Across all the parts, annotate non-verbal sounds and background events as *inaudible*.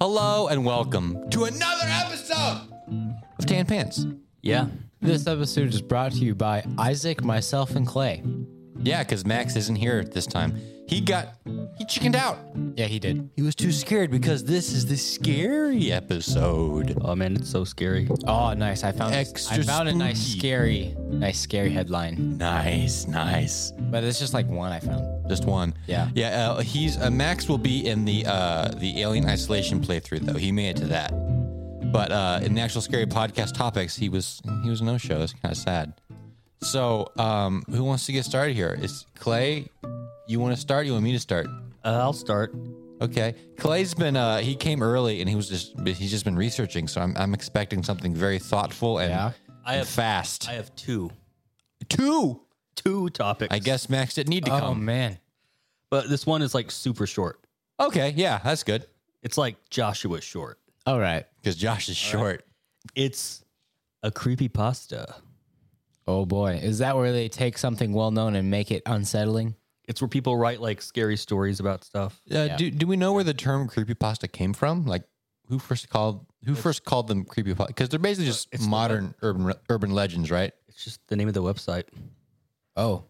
Hello and welcome to another episode of Tan Pants. Yeah. This episode is brought to you by Isaac, myself, and Clay. Yeah, because Max isn't here this time. He got he chickened out. Yeah, he did. He was too scared because this is the scary episode. Oh man, it's so scary. Oh, nice. I found this- Extra I found a nice spooky. scary, nice scary headline. Nice, nice. But it's just like one I found. Just one. Yeah. Yeah. Uh, he's uh, Max will be in the uh, the Alien Isolation playthrough though. He made it to that. But uh, in the actual scary podcast topics, he was he was no show. It's kind of sad. So um, who wants to get started here? Is Clay? You want to start? You want me to start? Uh, I'll start. Okay. Clay's been uh, he came early and he was just he's just been researching. So I'm I'm expecting something very thoughtful and, Yeah. I have- fast. I have two, two. two topics. I guess Max didn't need to Oh come. man. but this one is like super short. Okay. Yeah, that's good It's like Joshua short. All right. because Josh is short. It's a creepy pasta. Oh boy. Is that where they take something well known and make it unsettling? It's where people write like scary stories about stuff. Uh, do, do we know where the term creepypasta came from? Like, who first called who first called them creepypasta? Because they're basically just modern urban urban legends, right? It's just the name of the website. Oh,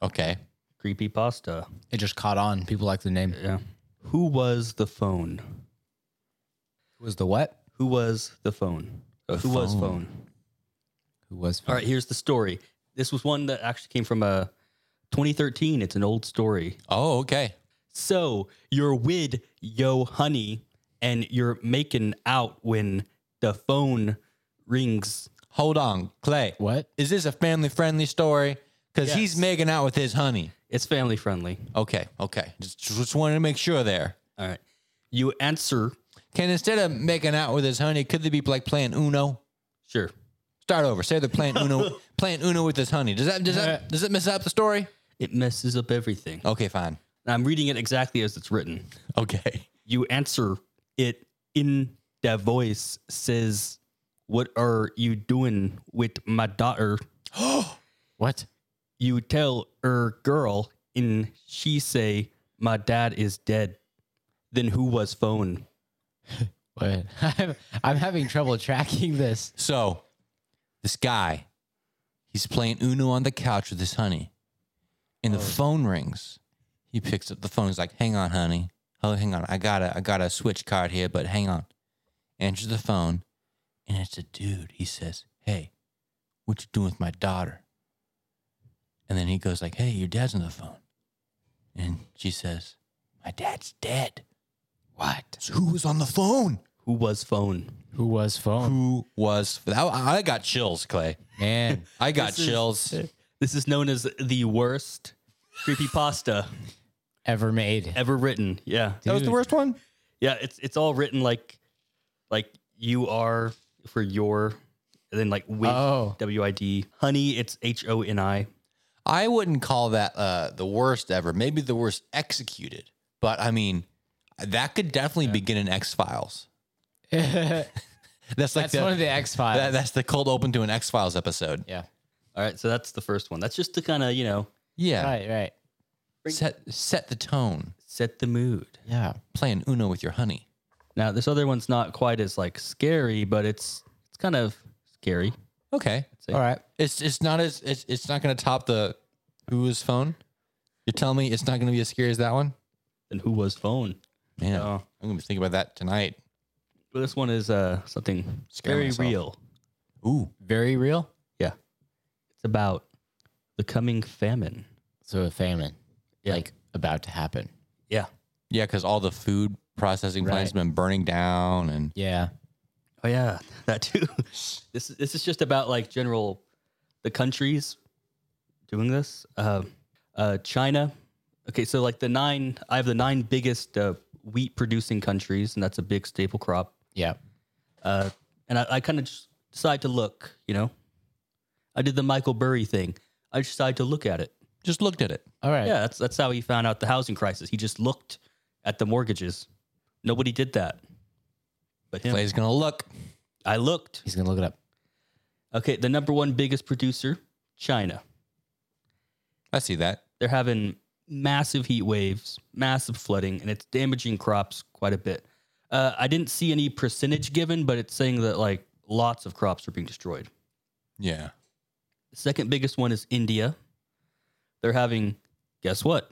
Okay. Creepy pasta. it just caught on. People like the name. Yeah. Who was the phone? Who was the what? Who was the phone? Uh, who was phone? Who was? All right, here's the story. This was one that actually came from uh, 2013. It's an old story. Oh, okay. So you're with yo honey and you're making out when the phone rings. Hold on, Clay. What? is this a family friendly story? Because he's Yes. making out with his honey. It's family friendly. Okay. Okay. Just just wanted to make sure there. All right. You answer. Can instead of making out with his honey, could they be like playing Uno? Sure. Start over. Say they're playing Uno, playing Uno with his honey. Does that does that does it mess up the story? It messes up everything. Okay, fine. I'm reading it exactly as it's written. Okay. *gasps* You answer it in that voice says, What are you doing with my daughter? What? You tell her girl and she say, My dad is dead. Then who was phone? What? *laughs* I'm, I'm having trouble tracking this. So, this guy, he's playing Uno on the couch with his honey, and the phone rings. He picks up the phone. He's like, "Hang on, honey. Oh, hang on. I got a I got a switch card here, but hang on." Answers the phone, and it's a dude. He says, "Hey, what you doing with my daughter?" And then he goes like, "Hey, your dad's on the phone," and she says, "My dad's dead." What? So who was on the phone? Who was phone? Who was phone? Who was? I I got chills, Clay. Man. I got is- chills. This is known as the worst creepypasta Ever made. ever written. Yeah. That was the Dude. worst one. Yeah, it's it's all written like like you are for your and then like with *laughs* Oh. W I D. Honey, it's H O N I. I wouldn't call that uh, the worst ever. Maybe the worst executed, but I mean, that could definitely begin in X Files. That's That's like the, one of the X that, Files. that's the cold open to an X Files episode. Yeah. All right, so that's the first one. That's just to kind of, you know, Yeah, Right. Right. set set the tone. set the mood. Yeah. Playing Uno with your honey. Now, this other one's not quite as like scary, but it's it's kind of scary. Okay, say. All right. it's it's not as it's it's not going to top the Who's phone. You're telling me it's not going to be as scary as that one? And who was phone? Man, No. I'm going to be thinking about that tonight. But this one is uh something Scare very myself. real. Ooh, Very real. It's about the coming famine. So a famine, Yeah. like about to happen. Yeah. yeah, because all the food processing plants have been burning down, and Yeah. Oh yeah, that too. *laughs* this is this is just about like general the countries doing this. Uh, uh, China. Okay, so like the nine, I have the nine biggest uh, wheat producing countries, and that's a big staple crop. Yeah. Uh, and I, I kind of just decide to look. You know, I did the Michael Burry thing. I just decided to look at it. just looked at it. All right. Yeah, that's that's how he found out the housing crisis. He just looked at the mortgages. Nobody did that, but him. Clay's going to look. I looked. He's gonna look it up. Okay, the number one biggest producer, China. I see that. They're having massive heat waves, massive flooding, and it's damaging crops quite a bit. Uh, I didn't see any percentage given, but it's saying that like lots of crops are being destroyed. Yeah. Second biggest one is India. They're having, guess what?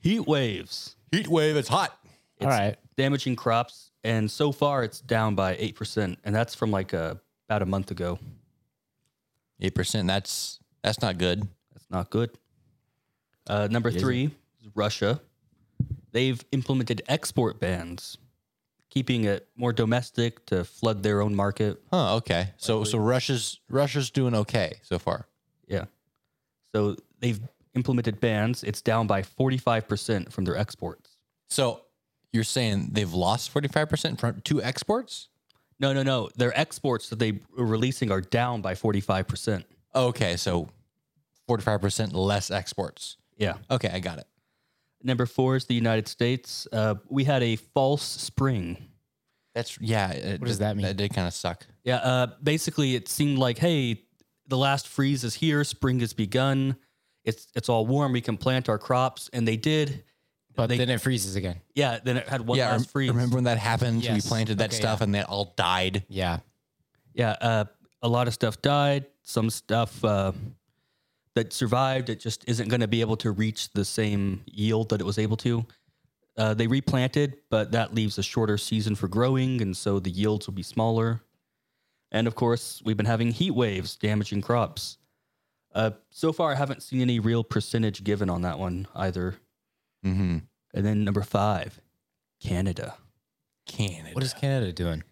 Heat waves. Heat wave. It's hot. It's All right. damaging crops, and so far it's down by eight percent, and that's from like uh about a month ago. Eight percent. That's that's not good. That's not good. Uh, number three is Russia. They've implemented export bans, keeping it more domestic to flood their own market. Huh. Okay. So so Russia's Russia's doing okay so far. Yeah. So they've implemented bans. It's down by 45% from their exports. So you're saying they've lost forty five percent from two exports? No, no, no. Their exports that they are releasing are down by 45%. Okay. So forty five percent less exports. Yeah. Okay, I got it. Number four is the United States. Uh, we had a false spring. That's yeah. It, What does that mean? That did kind of suck. Yeah, uh, basically, it seemed like, hey, the last freeze is here. Spring has begun. It's it's all warm. We can plant our crops, and they did. But They- then it freezes again. Yeah, then it had one yeah, last rem- freeze. remember when that happened? Yes. We planted that Okay, stuff and they all died. Yeah. Yeah, uh, a lot of stuff died. Some stuff uh, that survived, it just isn't going to be able to reach the same yield that it was able to. Uh, they replanted, but that leaves a shorter season for growing, and so the yields will be smaller. And of course, we've been having heat waves damaging crops. Uh, so far, I haven't seen any real percentage given on that one either. Mm-hmm. And then number five, Canada. Canada What is Canada doing?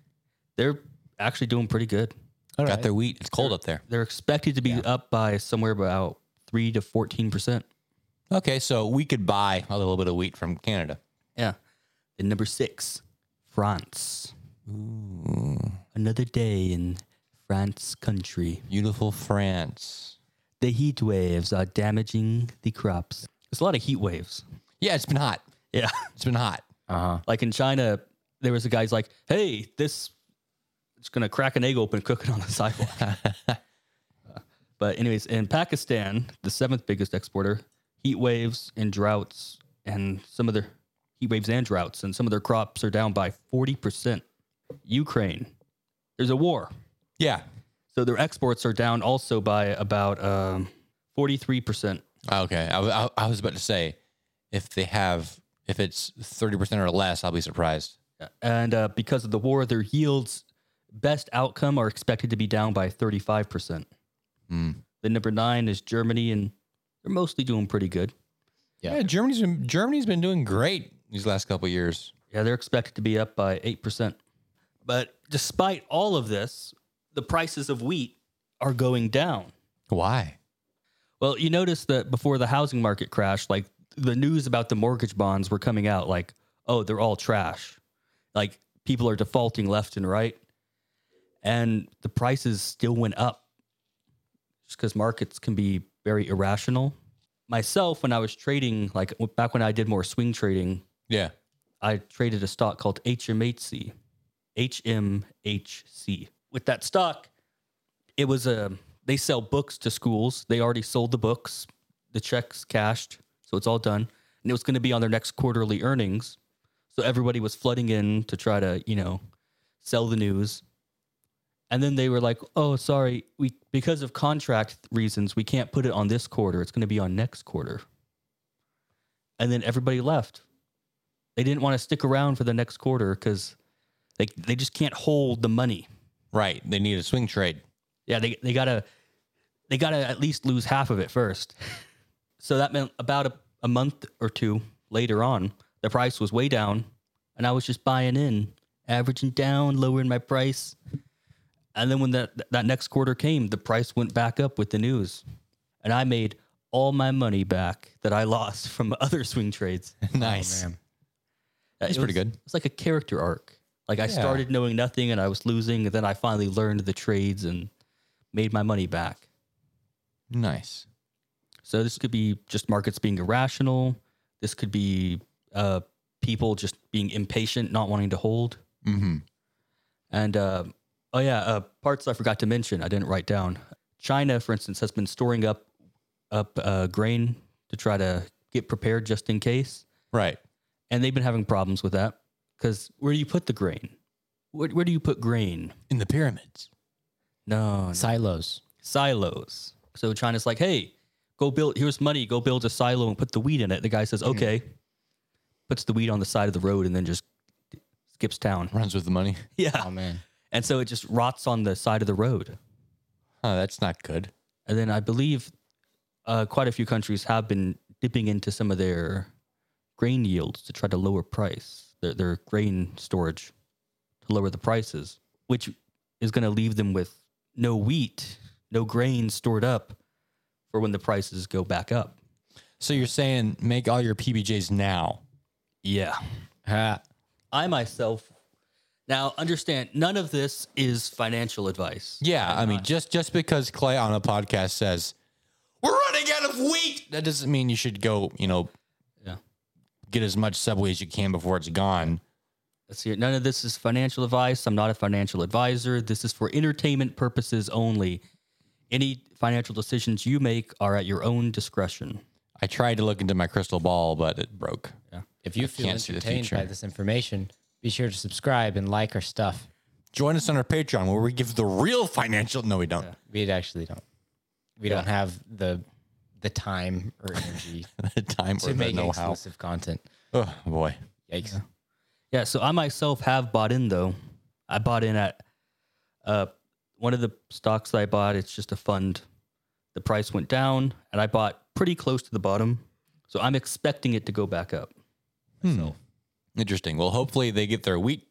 They're actually doing pretty good. got right. their wheat? It's cold up there. They're expected to be up by somewhere about three to fourteen percent. Okay, so we could buy a little bit of wheat from Canada. Yeah. And number six, France. Ooh, Another day in France country. beautiful France. The heat waves are damaging the crops. There's a lot of heat waves. Yeah, it's been hot. Yeah. *laughs* It's been hot. Uh huh. Like in China, there was a guy's like, hey, this it's gonna crack an egg open, cook it on the sidewalk. but anyways, in Pakistan, the seventh biggest exporter, heat waves and droughts and some of their heat waves and droughts, and some of their crops are down by forty percent. Ukraine. There's a war. Yeah. So their exports are down also by about um, 43%. Okay. I, I, I was about to say, if they have, if it's thirty percent or less, I'll be surprised. And uh, because of the war, their yields, best outcome, are expected to be down by 35%. Hmm. Then number nine is Germany, and they're mostly doing pretty good. Yeah. Germany's been Germany's been doing great these last couple of years. Yeah, they're expected to be up by 8%. But despite all of this, the prices of wheat are going down. Why? Well, you notice that before the housing market crashed, like the news about the mortgage bonds were coming out like, oh, they're all trash. Like people are defaulting left and right. And the prices still went up just because markets can be very irrational. Myself, when I was trading, like w- back when I did more swing trading, Yeah. I traded a stock called HMHC. HMHC. With that stock, it was a they sell books to schools. They already sold the books, the checks cashed, so it's all done. And it was going to be on their next quarterly earnings. So everybody was flooding in to try to, you know, sell the news. And then they were like, "Oh, sorry, we because of contract reasons, we can't put it on this quarter. It's going to be on next quarter." And then everybody left they didn't want to stick around for the next quarter because they they just can't hold the money. Right. They need a swing trade. Yeah, they they gotta they gotta at least lose half of it first. *laughs* So that meant about a, a month or two later on, the price was way down, and I was just buying in, averaging down, lowering my price. And then when that that next quarter came, the price went back up with the news, and I made all my money back that I lost *laughs* from other swing trades. nice. Oh, man. Uh, That's it pretty was- good. It's like a character arc. Like I Yeah. started knowing nothing and I was losing, and then I finally learned the trades and made my money back. Nice. So this could be just markets being irrational. This could be uh, people just being impatient, not wanting to hold. Mm-hmm. And uh, oh yeah, uh, parts I forgot to mention. I didn't write down. China, for instance, has been storing up up uh, grain to try to get prepared just in case. Right. and they've been having problems with that. Because where do you put the grain? Where, where do you put grain? in the pyramids. No, no. Silos. silos. So China's like, hey, go build, here's money, go build a silo and put the wheat in it. The guy says, okay. Puts the wheat on the side of the road and then just skips town. Runs with the money. Yeah. Oh man. And so it just rots on the side of the road. Oh, that's not good. And then I believe uh, quite a few countries have been dipping into some of their grain yields to try to lower price, their, their grain storage to lower the prices, which is going to leave them with no wheat, no grain stored up for when the prices go back up. So you're saying make all your PBJs now. Yeah. Ha. I myself now understand none of this is financial advice. Yeah, I mean, just just because Clay on a podcast says we're running out of wheat, that doesn't mean you should go, you know, Yeah. get as much Subway as you can before it's gone. Let's see. None of this is financial advice. I'm not a financial advisor. This is for entertainment purposes only. Any financial decisions you make are at your own discretion. I tried to look into my crystal ball, but it broke. If you feel can't see the entertained by future. this information, be sure to subscribe and like our stuff. Join us on our Patreon where we give the real financial. No, we don't. We actually don't. We don't have the the time or energy *laughs* The time *laughs* or to the make know how. exclusive content. Oh boy. Yikes. Yeah. So I myself have bought in though. I bought in at uh, one of the stocks that I bought. It's just a fund. The price went down, and I bought pretty close to the bottom. So I'm expecting it to go back up. Interesting. Well, hopefully they get their wheat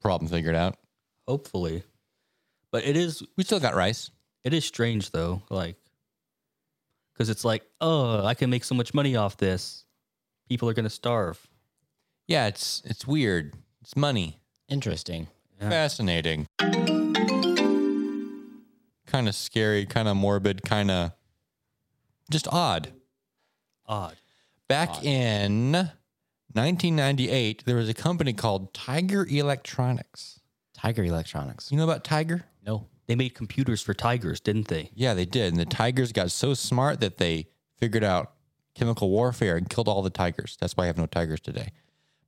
problem figured out. Hopefully. But it is We still got rice. It is strange though, like, because it's like, oh, I can make so much money off this. People are gonna starve. Yeah, it's it's weird. It's money. Interesting. Fascinating. Kind of scary, kind of morbid, kind of just odd. Odd. Back in 1998, there was a company called Tiger Electronics. Tiger Electronics. You know about Tiger? No. They made computers for tigers, didn't they? Yeah, they did. And the tigers got so smart that they figured out chemical warfare and killed all the tigers. That's why I have no tigers today.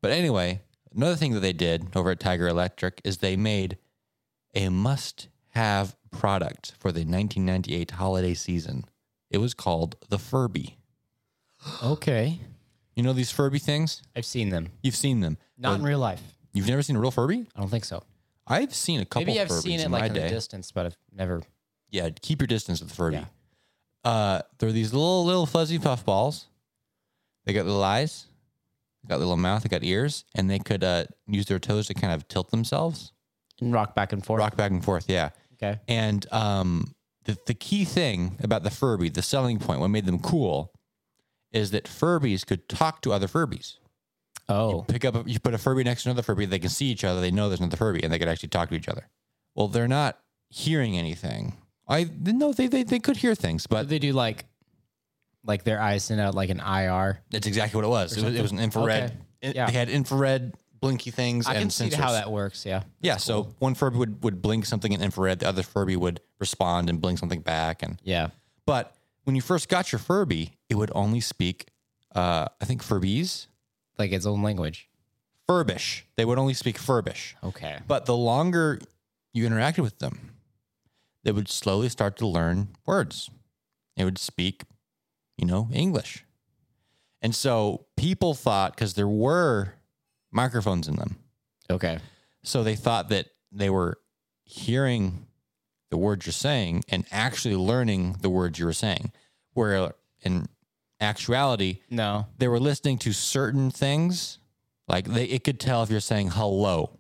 But anyway, another thing that they did over at Tiger Electric is they made a must have product for the 1998 holiday season. It was called the Furby. Okay. You know these Furby things? I've seen them. You've seen them. Not in real life. You've never seen a real Furby? I don't think so. I've seen a couple Maybe I've Furbies seen it in my like in day. the distance, but I've never. yeah, keep your distance with the Furby. Yeah. Uh, they're these little little fuzzy puff balls. They got little eyes, they got little mouth, they got ears, and they could uh, use their toes to kind of tilt themselves, And rock back and forth. rock back and forth. Yeah, Okay. and um, the the key thing about the Furby, the selling point, what made them cool, is that Furbies could talk to other Furbies. Oh. Pick up, a, you put a Furby next to another Furby, they can see each other, they know there's another Furby, and they could actually talk to each other. Well, they're not hearing anything. I no, they they, they could hear things, but But they do like, like their eyes send out like an IR. That's exactly what it was. It was, it was an infrared. Okay. it- Yeah. They had infrared blinky things I and can see sensors. how that works. Yeah. yeah, so one Furby would, would blink something in infrared, the other Furby would respond and blink something back. And Yeah. but when you first got your Furby, it would only speak, uh, I think Furbies, Like its own language. Furbish. They would only speak Furbish. Okay. But the longer you interacted with them, they would slowly start to learn words. They would speak, you know, English. And so people thought, because there were microphones in them, Okay. so they thought that they were hearing the words you're saying and actually learning the words you were saying. Where in actuality, No. they were listening to certain things like they it could tell if you're saying hello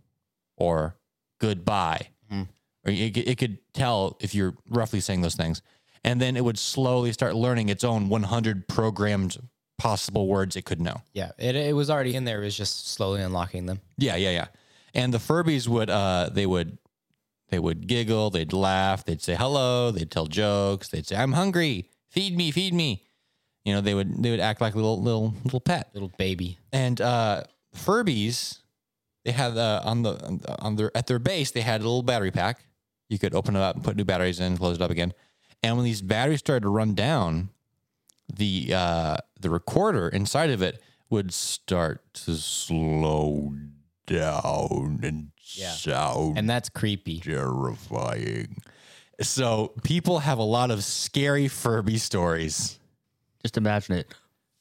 or goodbye Mhm. or it, could- it could tell if you're roughly saying those things and then it would slowly start learning its own 100 programmed possible words it could know Yeah. It, it was already in there. It was just slowly unlocking them. yeah yeah yeah and the furbies would uh they would they would giggle they'd laugh they'd say hello they'd tell jokes they'd say i'm hungry feed me feed me you know they would they would act like little little little pet Little baby. and uh, Furbies, they had uh, on the on their at their base they had a little battery pack. You could open it up and put new batteries in, close it up again. And when these batteries started to run down, the uh, the recorder inside of it would start to slow down and Yeah. sound and that's creepy. *laughs* terrifying. So people have a lot of scary Furby stories. Just imagine it.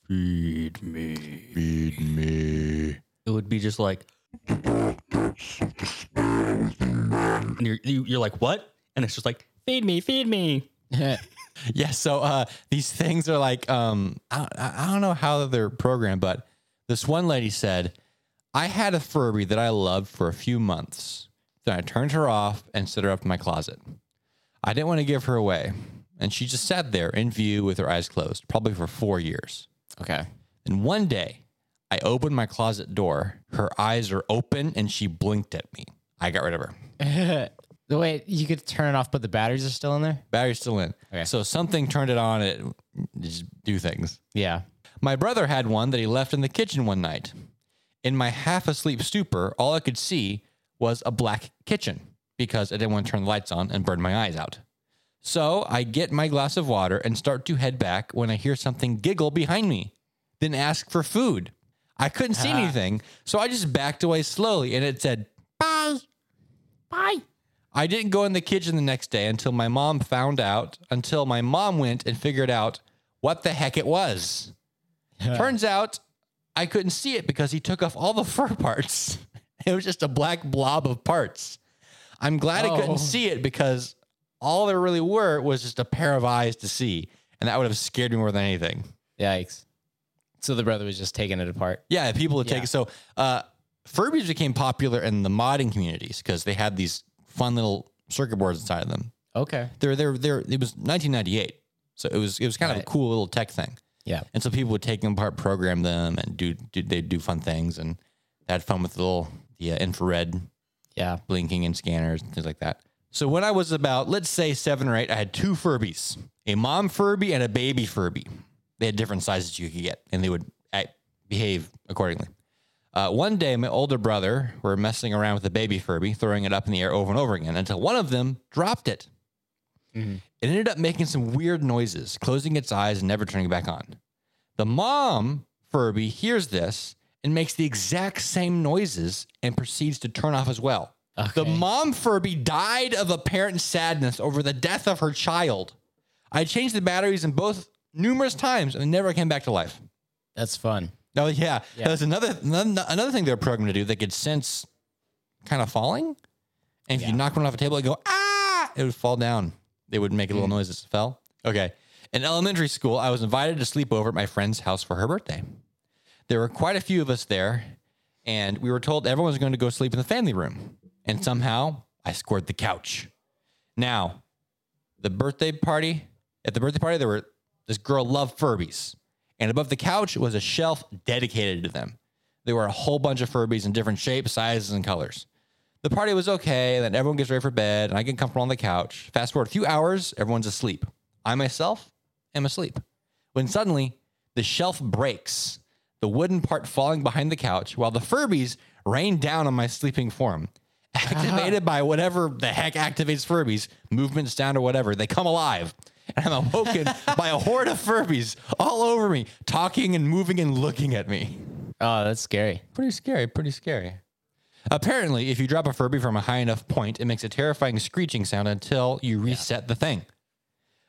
Feed me. Feed me. It would be just like. And you're, you- you're like, what? And it's just like, feed me, feed me. Yeah. So uh, these things are like, um, I, I I don't know how they're programmed, but this one lady said, I had a Furby that I loved for a few months. Then I turned her off and set her up in my closet. I didn't want to give her away. And she just sat there in view with her eyes closed, probably for four years. okay. And one day, I opened my closet door. Her eyes are open and she blinked at me. I got rid of her. *laughs* the way you could turn it off, but the batteries are still in there. Battery's still in. Okay. So something turned it on. It just do things. Yeah. My brother had one that he left in the kitchen one night. In my half asleep stupor, all I could see was a black kitchen because I didn't want to turn the lights on and burn my eyes out. So I get my glass of water and start to head back when I hear something giggle behind me, then ask for food. I couldn't see anything, so I just backed away slowly and it said, Bye. Bye. I didn't go in the kitchen the next day until my mom found out, until my mom went and figured out what the heck it was. *laughs* Turns out I couldn't see it because he took off all the *laughs* fur parts. It was just a black blob of parts. I'm glad I Oh. couldn't see it because all there really were was just a pair of eyes to see. And that would have scared me more than anything. Yikes. So the brother was just taking it apart. Yeah, people would take Yeah. it. So uh, Furbies became popular in the modding communities because they had these fun little circuit boards inside of them. Okay. They're they're they're it was 1998, so it was it was kind of Right. a cool little tech thing. Yeah. And so people would take them apart, program them, and do, do they do fun things and they had fun with the little the uh, infrared Yeah. blinking and scanners and things like that. So when I was about let's say seven or eight, I had two Furbies, a mom Furby and a baby Furby. They had different sizes you could get, and they would act, behave accordingly. Uh, one day, my older brother were messing around with the baby Furby, throwing it up in the air over and over again until one of them dropped it. It ended up making some weird noises, closing its eyes and never turning back on. The mom, Furby, hears this and makes the exact same noises and proceeds to turn off as well. The Okay. mom, Furby, died of apparent sadness over the death of her child. I changed the batteries in both numerous times and it never came back to life. That's fun. *laughs* Oh, yeah. Yeah. That's another, another another thing they're programmed to do. They could sense kind of falling. And if Yeah. you knock one off a table, it'd go, ah, it would fall down. They would make a Mm. little noise as it fell. Okay. In elementary school, I was invited to sleep over at my friend's house for her birthday. There were quite a few of us there, and we were told everyone was going to go sleep in the family room. And somehow I scored the couch. Now, the birthday party, at the birthday party, there were this girl loved Furbies. And above the couch was a shelf dedicated to them. There were a whole bunch of Furbies in different shapes, sizes, and colors. The party was okay, then everyone gets ready for bed, and I get comfortable on the couch. Fast forward a few hours, everyone's asleep. I myself am asleep. When suddenly, the shelf breaks, the wooden part falling behind the couch, while the Furbies rain down on my sleeping form. *laughs* Activated by whatever the heck activates Furbies, movement, sound, or whatever, they come alive. *laughs* And I'm awoken by a horde of Furbies all over me, talking and moving and looking at me. Oh, that's scary. Pretty scary, pretty scary. Apparently, if you drop a Furby from a high enough point, it makes a terrifying screeching sound until you reset the thing.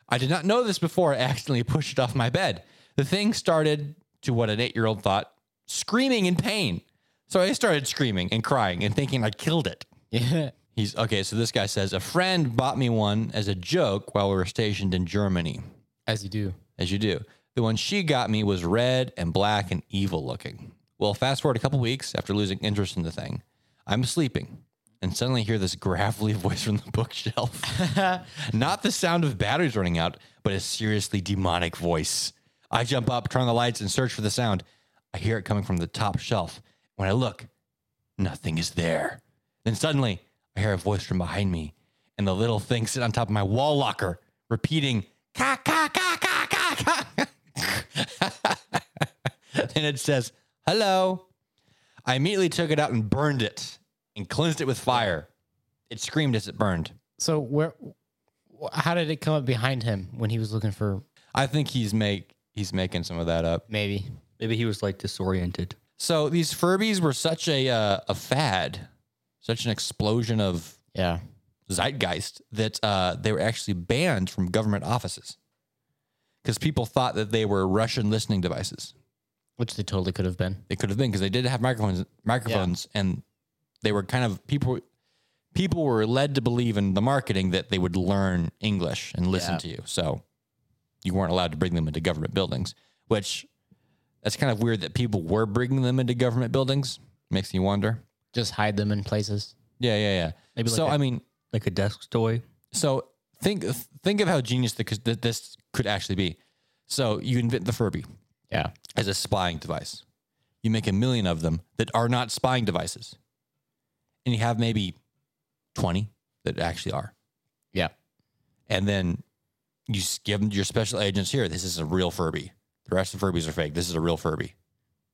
I did not know this before I accidentally pushed it off my bed. The thing started to what an eight year old thought screaming in pain. So I started screaming and crying and thinking I killed it. Yeah. He's okay. So this guy says a friend bought me one as a joke while we were stationed in Germany, *laughs* As you do. as you do. The one she got me was red and black and evil looking. Well, fast forward a couple weeks after losing interest in the thing, I'm sleeping and suddenly hear this gravelly *laughs* voice from the bookshelf. Not the sound of batteries running out, but a seriously demonic voice. I jump up, turn on the lights, and search for the sound. I hear it coming from the top shelf. When I look, nothing is there. Then suddenly, I hear a voice from behind me, and the little thing sitting on top of my wall locker, repeating, ka, ka, ka, ka, ka, ka. *laughs* and it says, hello. I immediately took it out and burned it and cleansed it with fire. It screamed as it burned. So where? wh- How did it come up behind him when he was looking for I think he's make he's making some of that up. maybe? Maybe he was like disoriented. So these Furbies were such a uh, a fad, such an explosion of Yeah. zeitgeist that uh, they were actually banned from government offices because people thought that they were Russian listening devices. Which they totally could have been. They could have been because they did have microphones, microphones, and they were kind of people. People were led to believe in the marketing that they would learn English and listen Yeah. to you, so you weren't allowed to bring them into government buildings. Which that's kind of weird that people were bringing them into government buildings. Makes me wonder. Just hide them in places. Yeah, yeah, yeah. Maybe like so. a- I mean, like a desk toy. so think think of how genius the, that this could actually be. So you invent the Furby Yeah. as a spying device. You make a million of them that are not spying devices, and you have maybe twenty that actually are. Yeah. And then you s- give them to your special agents here. This is a real Furby. The rest of the Furbies are fake. This is a real Furby.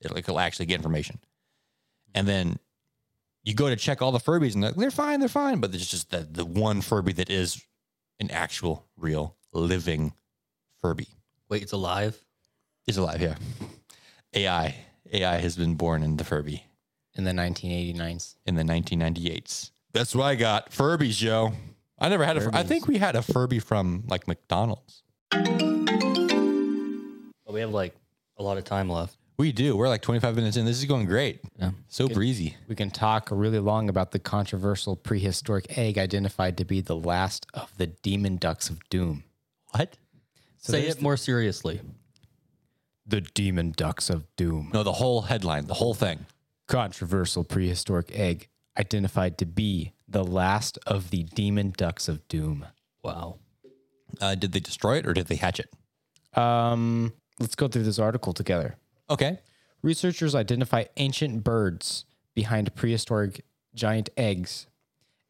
It'll, it'll actually get information. And then you go to check all the Furbies and they're, they're fine, they're fine. But there's just the, the one Furby that is an actual, real, living Furby Wait, it's alive. is alive. Yeah. AI. AI has been born in the Furby In the 1989s. in the 1998s. That's what I got. Furbies, yo. I never had a. Fur- I think we had a Furby from like McDonald's. But we have like a lot of time left. We do. We're like 25 minutes in. This is going great. Yeah. So breezy. We can talk really long about the controversial prehistoric egg identified to be the last of the demon ducks of doom. What? So Say there's it more seriously. The demon ducks of doom. No, the whole headline, the whole thing. Controversial prehistoric egg identified to be the last of the demon ducks of doom. Wow. Uh, did they destroy it or did they hatch it? Um, let's go through this article together. Okay. Researchers identify ancient birds behind prehistoric giant eggs.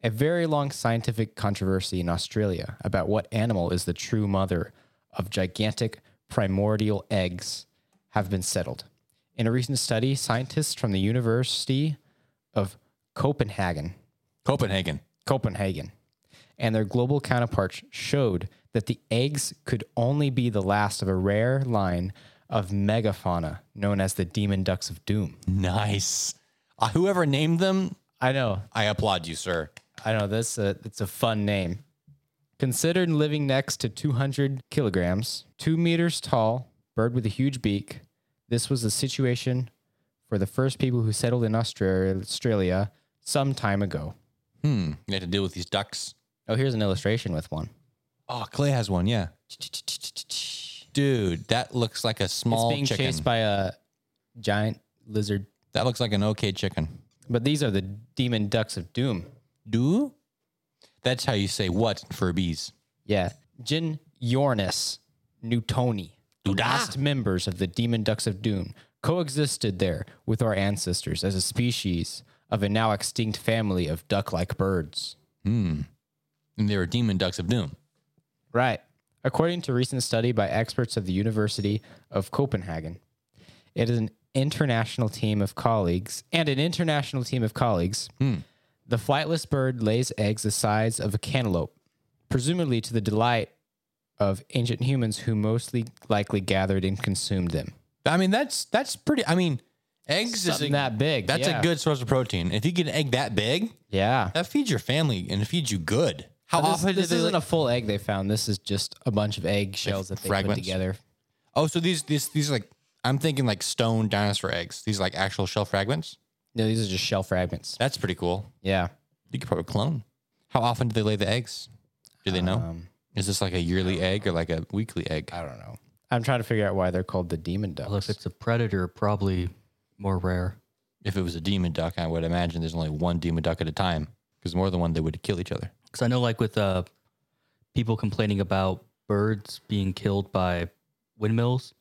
A very long scientific controversy in Australia about what animal is the true mother of gigantic primordial eggs have been settled. In a recent study, scientists from the University of Copenhagen Copenhagen. Copenhagen, and their global counterparts showed that the eggs could only be the last of a rare line of megafauna known as the demon ducks of doom. Nice. Uh, whoever named them, I know, I applaud you, sir. I know, this uh, it's a fun name. Considered living next to 200 kilograms, two meters tall, bird with a huge beak, this was the situation for the first people who settled in Austra- Australia some time ago. Hmm. You had to deal with these ducks. Oh, here's an illustration with one. Oh, Clay has one. Yeah. Dude, that looks like a small it's being chicken. chased by a giant lizard. that looks like an okay chicken. But these are the demon ducks of doom. Do? That's how you say what for bees. Yeah. Jin Yornis Newtoni, the Duda. last members of the demon ducks of doom, coexisted there with our ancestors as a species of a now extinct family of duck like birds. And they were demon ducks of doom. Right. According to recent study by experts of the University of Copenhagen, it is an international team of colleagues and an international team of colleagues. Hmm. The flightless bird lays eggs the size of a cantaloupe, presumably to the delight of ancient humans who mostly likely gathered and consumed them. I mean, that's that's pretty. I mean, eggs is a, Something that big. that's yeah. a good source of protein. If you get an egg that big, Yeah. that feeds your family and it feeds you good. How This, often this do they, isn't a full egg they found. This is just a bunch of egg shells that they fragments. put together. Oh, so these these these are like I'm thinking like stone dinosaur eggs. These are like actual shell fragments. No, these are just shell fragments. That's pretty cool. Yeah. You could probably clone. How often do they lay the eggs? Do they know? Um, Is this like a yearly egg or like a weekly egg? I don't know. I'm trying to figure out why they're called the demon ducks. Well, if it's a predator, probably more rare. If it was a demon duck, I would imagine there's only one demon duck at a time because more than one they would kill each other. Because I know, like with uh, people complaining about birds being killed by windmills,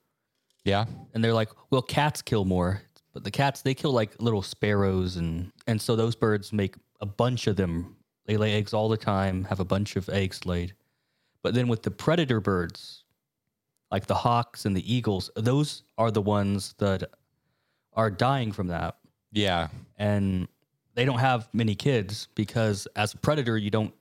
Yeah. and they're like, "Well, cats kill more," but the cats they kill like little sparrows, and and so those birds make a bunch of them. They lay eggs all the time, have a bunch of eggs laid. But then with the predator birds, like the hawks and the eagles, those are the ones that are dying from that. Yeah. and they don't have many kids because as a predator you don't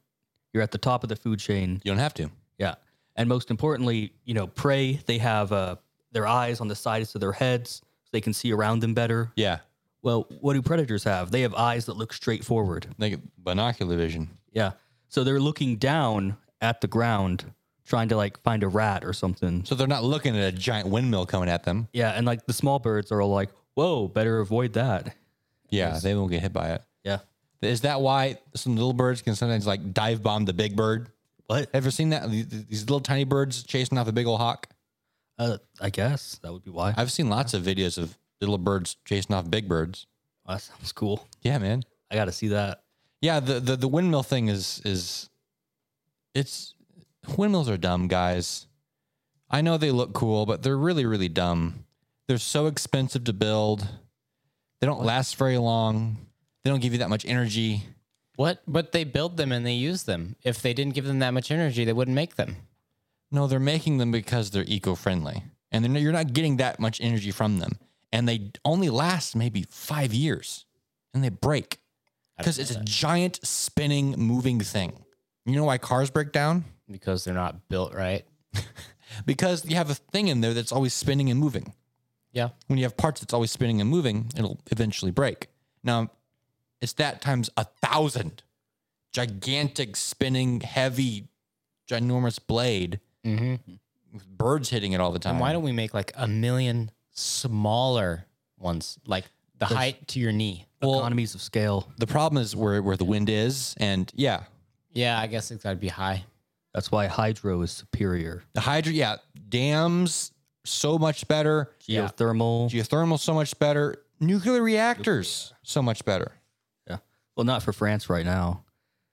you're at the top of the food chain You don't have to. yeah and most importantly you know prey they have uh, their eyes on the sides of their heads they can see around them better. Yeah. Well, what do predators have? They have eyes that look straight forward. They get binocular vision. Yeah. So they're looking down at the ground, trying to like find a rat or something. So they're not looking at a giant windmill coming at them. Yeah. And like the small birds are all like, whoa, better avoid that. Yeah. They won't get hit by it. Yeah. Is that why some little birds can sometimes like dive bomb the big bird? What? Ever seen that? These- These little tiny birds chasing off a big old hawk. Uh, I guess that would be why. I've seen lots of videos of little birds chasing off big birds. Wow, that sounds cool. Yeah, man. I got to see that. Yeah, the, the the windmill thing is is it's windmills are dumb, guys. I know they look cool, but they're really really dumb. They're so expensive to build. They don't last very long. They don't give you that much energy. What? But they build them and they use them. If they didn't give them that much energy, they wouldn't make them. No, they're making them because they're eco-friendly, and they're, you're not getting that much energy from them. And they only last maybe five years, and they break because it's a giant spinning, moving thing. You know why cars break down? Because they're not built right. Because you have a thing in there that's always spinning and moving. Yeah. When you have parts that's always spinning and moving, it'll eventually break. Now, it's that times a thousand gigantic, spinning, heavy, ginormous blade. Mm-hmm. with Birds hitting it all the time. And why don't we make like a million smaller ones, like the height to your knee? Economies of scale. the problem is where where the wind is, and yeah, Yeah, I guess it's got to be high. That's why hydro is superior. the hydro, yeah, dams so much better, Yeah. Geothermal. geothermal so much better, nuclear reactors so much better. yeah. Well, not for France right now.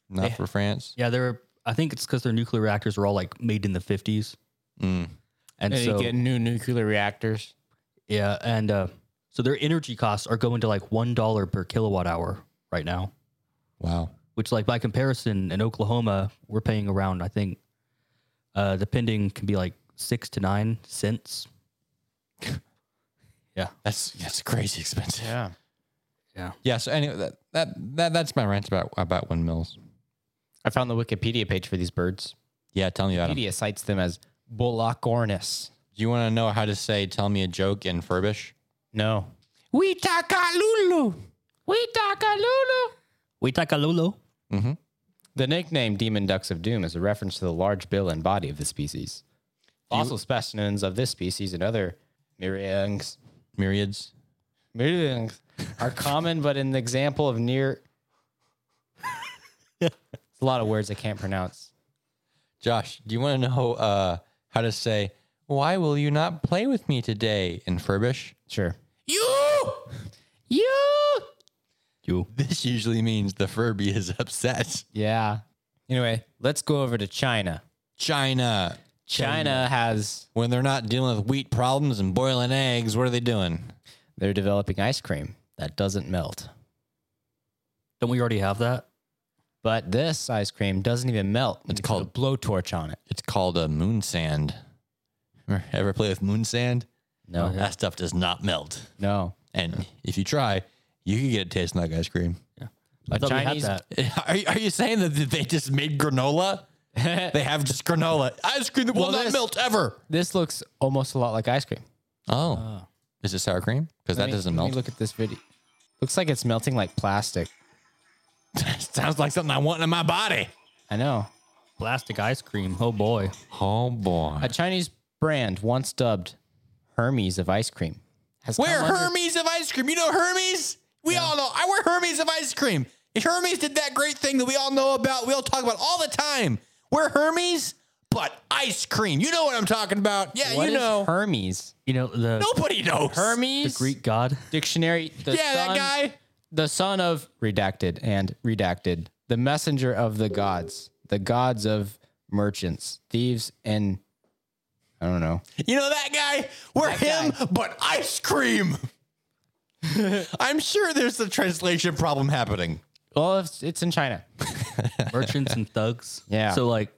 Not for France. Yeah, they're. I think it's because their nuclear reactors were all like made in the fifties, Mm. and And so you get new nuclear reactors. yeah, and uh, so their energy costs are going to like one dollar per kilowatt hour right now, Wow. which like by comparison in Oklahoma we're paying around I think, uh, depending can be like six to nine cents. yeah, That's that's crazy expensive. *laughs* Yeah. yeah. so anyway, that, that that that's my rant about about windmills. I found the Wikipedia page for these birds. Yeah, tell me about it. Wikipedia cites them as Bolacornis. Do you want to know how to say "tell me a joke" in Furbish? No. We takalulu. We Lulu. We Takalolo. Mm-hmm. The nickname Demon Ducks of Doom is a reference to the large bill and body of the species. Fossil specimens of this species and other myriads, Myriads. myriads are common, but in the example of *laughs* near. it's a lot of words I can't pronounce. Josh, do you want to know uh, how to say "Why will you not play with me today" in Furbish? Sure. You. You. You. This usually means the Furby is upset. Yeah. Anyway, let's go over to China. China. China has When they're not dealing with wheat problems and boiling eggs, what are they doing? they're developing ice cream that doesn't melt. Don't we already have that? But this ice cream doesn't even melt. It's called- a blowtorch on it. It's called a moon sand. Ever play with moon sand? No. That stuff does not melt. No. And if you try, you can get it tasting like ice cream. I thought Chinese- we had *laughs* that. Are, you- are you saying that they just made granola? *laughs* *laughs* they have just granola. Ice cream that will Well, not this- melt ever. This looks almost a lot like ice cream. Oh. is it sour cream? Because that Let me- doesn't let melt. Me look at this video. Looks like it's melting like plastic. *laughs* Sounds like something I want in my body. I know. Plastic ice cream. Oh boy. Oh, boy. A Chinese brand once dubbed Hermes of ice cream has Wear come under- Hermes of ice cream. You know Hermes? We all know. I wear Hermes of ice cream. If Hermes did that great thing that we all know about. We all talk about all the time. We're Hermes, but ice cream. You know what I'm talking about. Yeah, What you is know. Hermes. You know the Nobody knows. the Hermes Greek god. dictionary. The Yeah, that son- guy. The son of redacted and redacted. The messenger of the gods. The gods of merchants, thieves, and I don't know. You know that guy? We're him, but ice cream. I'm sure there's a translation problem happening. Well, it's, it's in China. merchants and *laughs* thugs. Yeah. So like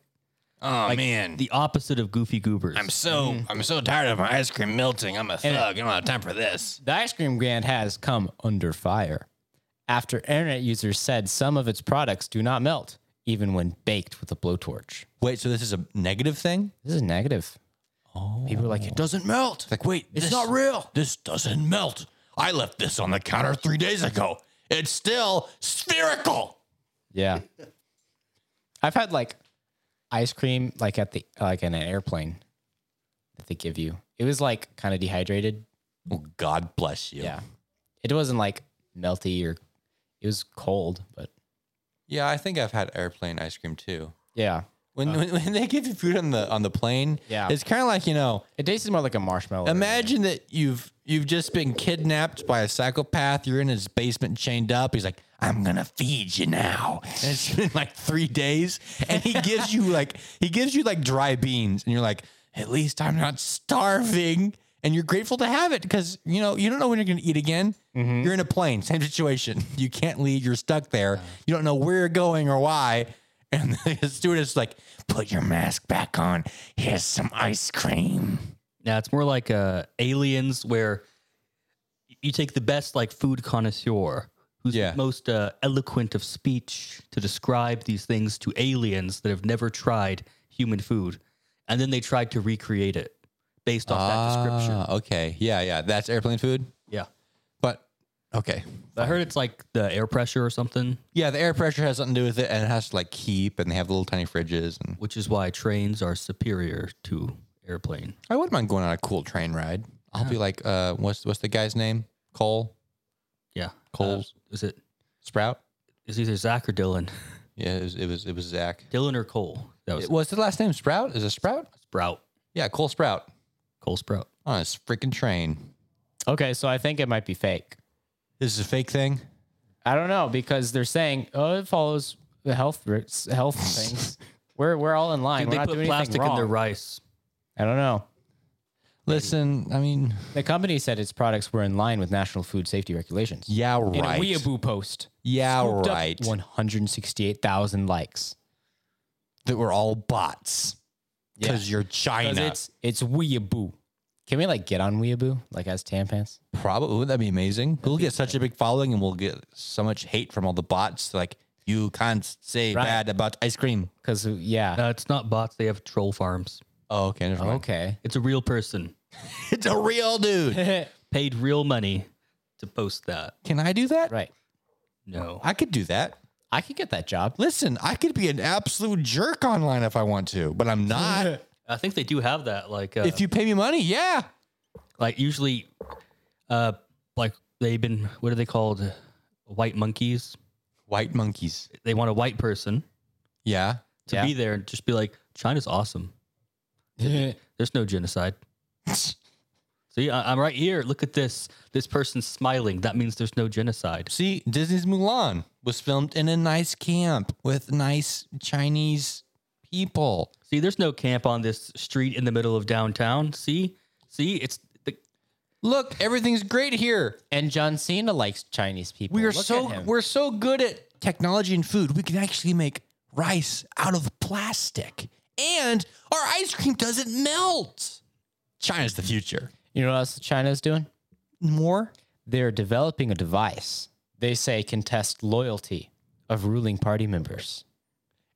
Oh man. the opposite of goofy goobers. I'm so I'm so tired of my ice cream melting. I'm a thug. I don't have time for this. The ice cream brand has come under fire after internet users said some of its products do not melt even when baked with a blowtorch. Wait, so this is a negative thing? This is negative. People are like, it does doesn't melt. Like, wait, it's not real. This doesn't melt. I left this on the counter three days ago. It's still spherical. Yeah. I've had like ice cream like at the like in an airplane that they give you. It was like kind of dehydrated. Well, God bless you. Yeah. It wasn't like melty or it was cold, but Yeah, I think I've had airplane ice cream too. yeah. When, when, when they give you food on the on the plane, Yeah. it's kind of like you know. It tasted more like a marshmallow. Imagine that you've you've just been kidnapped by a psychopath. You're in his basement, chained up. He's like, "I'm gonna feed you now." And it's been like three days, and he gives you like he gives you like dry beans, and you're like, "At least I'm not starving." And you're grateful to have it because you know you don't know when you're gonna eat again. You're in a plane, same situation. *laughs* You can't leave. You're stuck there. You don't know where you're going or why. And *laughs* the stewardess is like, "Put your mask back on. Here's some ice cream." Yeah, it's more like uh, aliens where you take the best like food connoisseur who's Yeah. the most uh, eloquent of speech to describe these things to aliens that have never tried human food and then they tried to recreate it based off that description. Ah, Okay. Yeah, yeah. That's airplane food. Yeah. But okay. I heard it's like the air pressure or something, Yeah, the air pressure has something to do with it and it has to like keep and they have little tiny fridges and which is why trains are superior to airplane. I wouldn't mind going on a cool train ride. I'll be like uh what's what's the guy's name? Cole? Yeah. Coles. Uh, is it Sprout? is either Zach or Dylan? *laughs* Yeah, it was it was, it was Zach. Dylan or Cole? That was It- What's the last name? Sprout? Is it Sprout? Sprout. Yeah, Cole Sprout. Cole Sprout. On his freaking train. Okay, so I think it might be fake. This is a fake thing. I don't know because they're saying, oh, it follows the health risks, health things. We're we're all in line. Dude, we're they not put doing plastic anything wrong. in their rice. I don't know. Listen, I mean, The company said its products were in line with national food safety regulations. yeah, In right. a Weeaboo post, yeah, scooped up right. 168,000 likes. That we're all bots. Because you're China. 'Cause it's it's Weeaboo. Can we like get on Weeaboo like as tampons? Probably wouldn't that be amazing? we'll get such a big following, and we'll get so much hate from all the bots. Like you can't say Right. bad about ice cream. Because uh, yeah, No, it's not bots. They have troll farms. Oh, okay, never mind. okay. It's a real person *laughs* It's a real *laughs* dude. paid real money to post that. Can I do that? right. No, I could do that. I could get that job. Listen, I could be an absolute jerk online if I want to, but I'm *laughs* not. I think they do have that. Like, uh, if you pay me money, yeah. like usually, uh, like they've been what are they called? White monkeys. White monkeys. They want a white person Yeah. *laughs* to Yeah. be there and just be like, China's awesome. There's no *laughs* genocide. See, I- I'm right here. Look at this. This person's smiling. That means there's no genocide. See, Disney's Mulan was filmed in a nice camp with nice Chinese people. See, there's no camp on this street in the middle of downtown. See, see, it's the Look, everything's great here. and John Cena likes Chinese people. We are Look at so him. we're so good at technology and food. We can actually make rice out of plastic, and our ice cream doesn't melt. China's the future. You know what else China's doing? More? They're developing a device they say can test loyalty of ruling party members.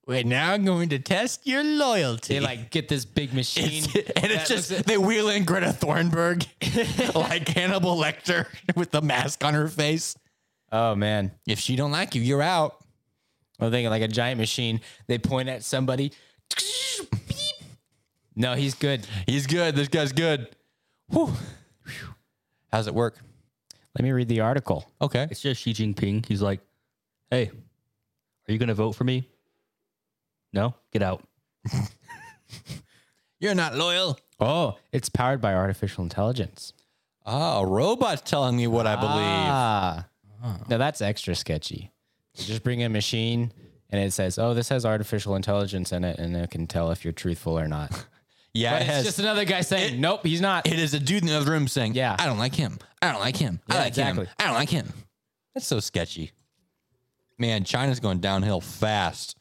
We're now going to test your loyalty. They like get this big machine. *laughs* It's- *laughs* and it's that looks just they wheel in Greta *laughs* Thornburg like Hannibal Lecter *laughs* with the mask on her face. Oh man. If she don't like you, you're out. I'm thinking like a giant machine. They point at somebody. No, he's good. He's good. This guy's good. Whew. How's it work? Let me read the article. Okay. It's just Xi Jinping. He's like, hey, are you going to vote for me? No, get out. You're not loyal. Oh, it's powered by artificial intelligence. Ah, a robot's telling me what I believe. Ah. Now that's extra sketchy. You just bring in a machine and it says, "Oh, this has artificial intelligence in it and it can tell if you're truthful or not." yeah, But it it's has. just another guy saying, "Nope, he's not." it is a dude in the other room saying, Yeah. I don't like him. I don't like him. I Yeah, like exactly. him. I don't like him." That's so sketchy. Man, China's going downhill fast.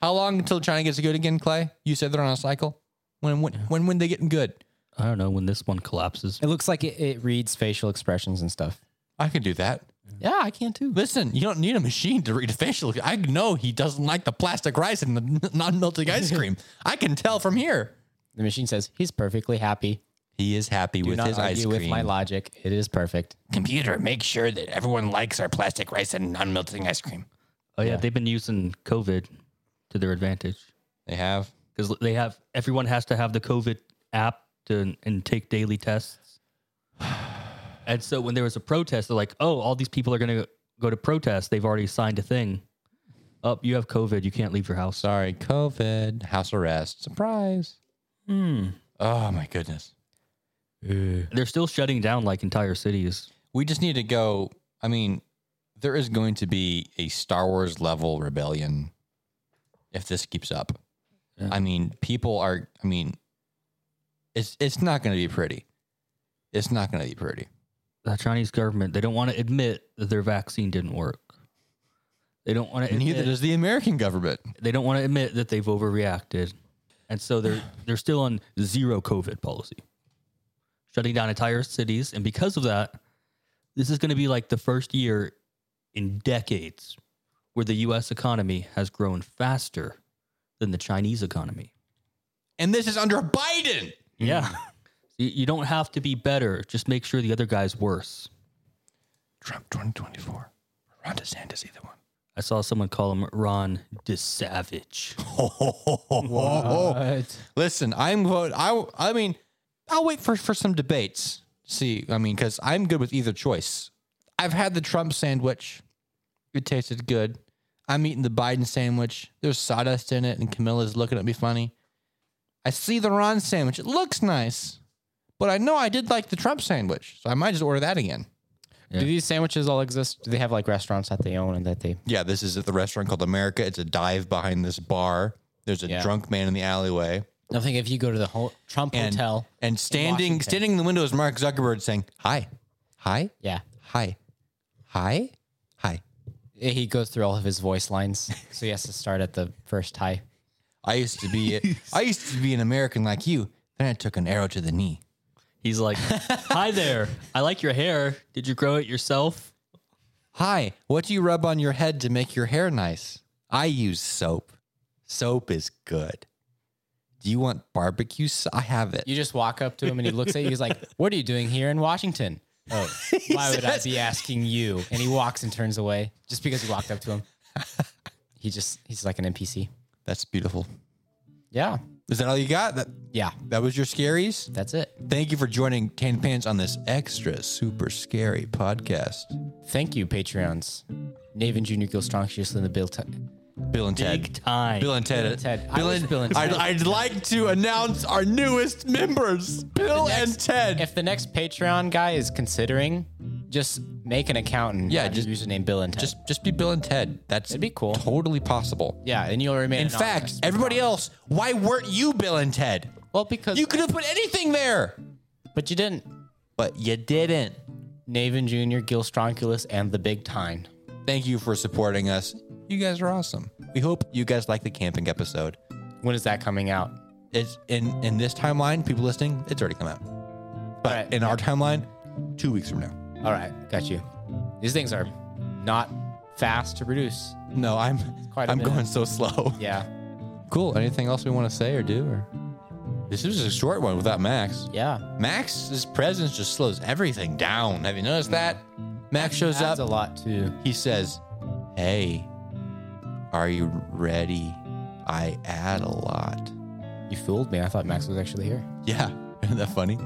How long until China gets good again, Clay? You said they're on a cycle. When when when when they getting good? I don't know when this one collapses. It looks like it, it reads facial expressions and stuff. I could do that. Yeah, I can too. Listen, you don't need a machine to read a facial. I *laughs* know he doesn't like the plastic rice and the non melting ice cream. I can tell from here. The machine says he's perfectly happy. He is happy Do with not his ice argue cream. with my logic. It is perfect. Computer, make sure that everyone likes our plastic rice and non-melting ice cream. Oh yeah, they've been using COVID to their advantage They have. because they have everyone has to have the COVID app to and take daily tests. *sighs* And so when there was a protest, they're like, "Oh, all these people are going to go to protest. They've already signed a thing. Oh, you have COVID. You can't leave your house." Sorry, COVID, house arrest, surprise. Oh my goodness. They're still shutting down like entire cities. We just need to go. I mean, there is going to be a Star Wars level rebellion if this keeps up. Yeah. I mean, people are. I mean, it's it's not going to be pretty. It's not going to be pretty. The Chinese government they don't want to admit that their vaccine didn't work. They don't want to. Neither does the American government. they don't want to admit that they've overreacted, and so they're they're still on zero COVID policy, shutting down entire cities, and because of that, this is going to be like the first year in decades where the U.S. economy has grown faster than the Chinese economy. And this is under Biden. Yeah, *laughs* you, you don't have to be better; just make sure the other guy's worse. Trump 2024. Ron DeSantis, either one. I saw someone call him Ron DeSavage. Oh. What? *laughs* Listen, I'm vote. I I mean, I'll wait for for some debates. See, I mean, because I'm good with either choice. I've had the Trump sandwich; it tasted good. I'm eating the Biden sandwich. There's sawdust in it, and Camilla's looking at me funny. I see the Ron sandwich; it looks nice, but I know I did like the Trump sandwich, so I might just order that again. Do these sandwiches all exist? Do they have like restaurants that they own and that they? Yeah, this is at the restaurant called America. It's a dive behind this bar. There's a Yeah. drunk man in the alleyway. I think if you go to the whole Trump and, Hotel, and standing Washington. standing in the window is Mark Zuckerberg saying, "Hi, hi, yeah, hi, hi, hi." he goes through all of his voice lines, so he has to start at the first high. I used to *laughs* be I used to be an American like you. Then I took an arrow to the knee. He's like, "Hi there, I like your hair. Did you grow it yourself?" Hi, what do you rub on your head to make your hair nice? I use soap. Soap is good. Do you want barbecue? So- I have it. You just walk up to him and he looks at you. He's like, *laughs* "What are you doing here in Washington?" Oh, *laughs* why would I be asking you? And he walks and turns away just because you walked up *laughs* to him. He just he's like an NPC. That's beautiful. Yeah, Is that all you got? That yeah, that was your scaries. that's it. Thank you for joining Tan Pants on this extra super scary podcast. Thank you, Patreons. Navin Junior, Gil Strong, Shears, and the Bill. T- Bill and Ted. Big time. Bill and Ted. Bill and Ted. I Bill wish and, Bill and I'd, Ted- I'd like to announce our newest members, Bill and Ted. if the next Patreon guy is considering, just make an account and Yeah, have just- your username Bill and Ted. Just, just be Bill and Ted. That's That'd be cool. Totally possible. yeah, and you'll remain. In fact, anonymous. everybody else, why weren't you Bill and Ted? well, because You could have put anything there, but you didn't. but you didn't. Navin Junior, Gil Stronculus, and the Big Time. Thank you for supporting us. You guys are awesome. We hope you guys like the camping episode. When is that coming out? It's in in this timeline. People listening, it's already come out. But Right, in our timeline, two weeks from now. All right, got you. These things are not fast to produce. No, I'm quite a I'm minute. going so slow. Yeah, Cool. Anything else we want to say or do? Or this was a short one without Max. yeah. Max's presence just slows everything down. Have you noticed that? Max shows Adds up. a lot to. He says, "Hey, are you ready?" I add a lot. *laughs* You fooled me. I thought Max was actually here. Yeah, isn't that funny?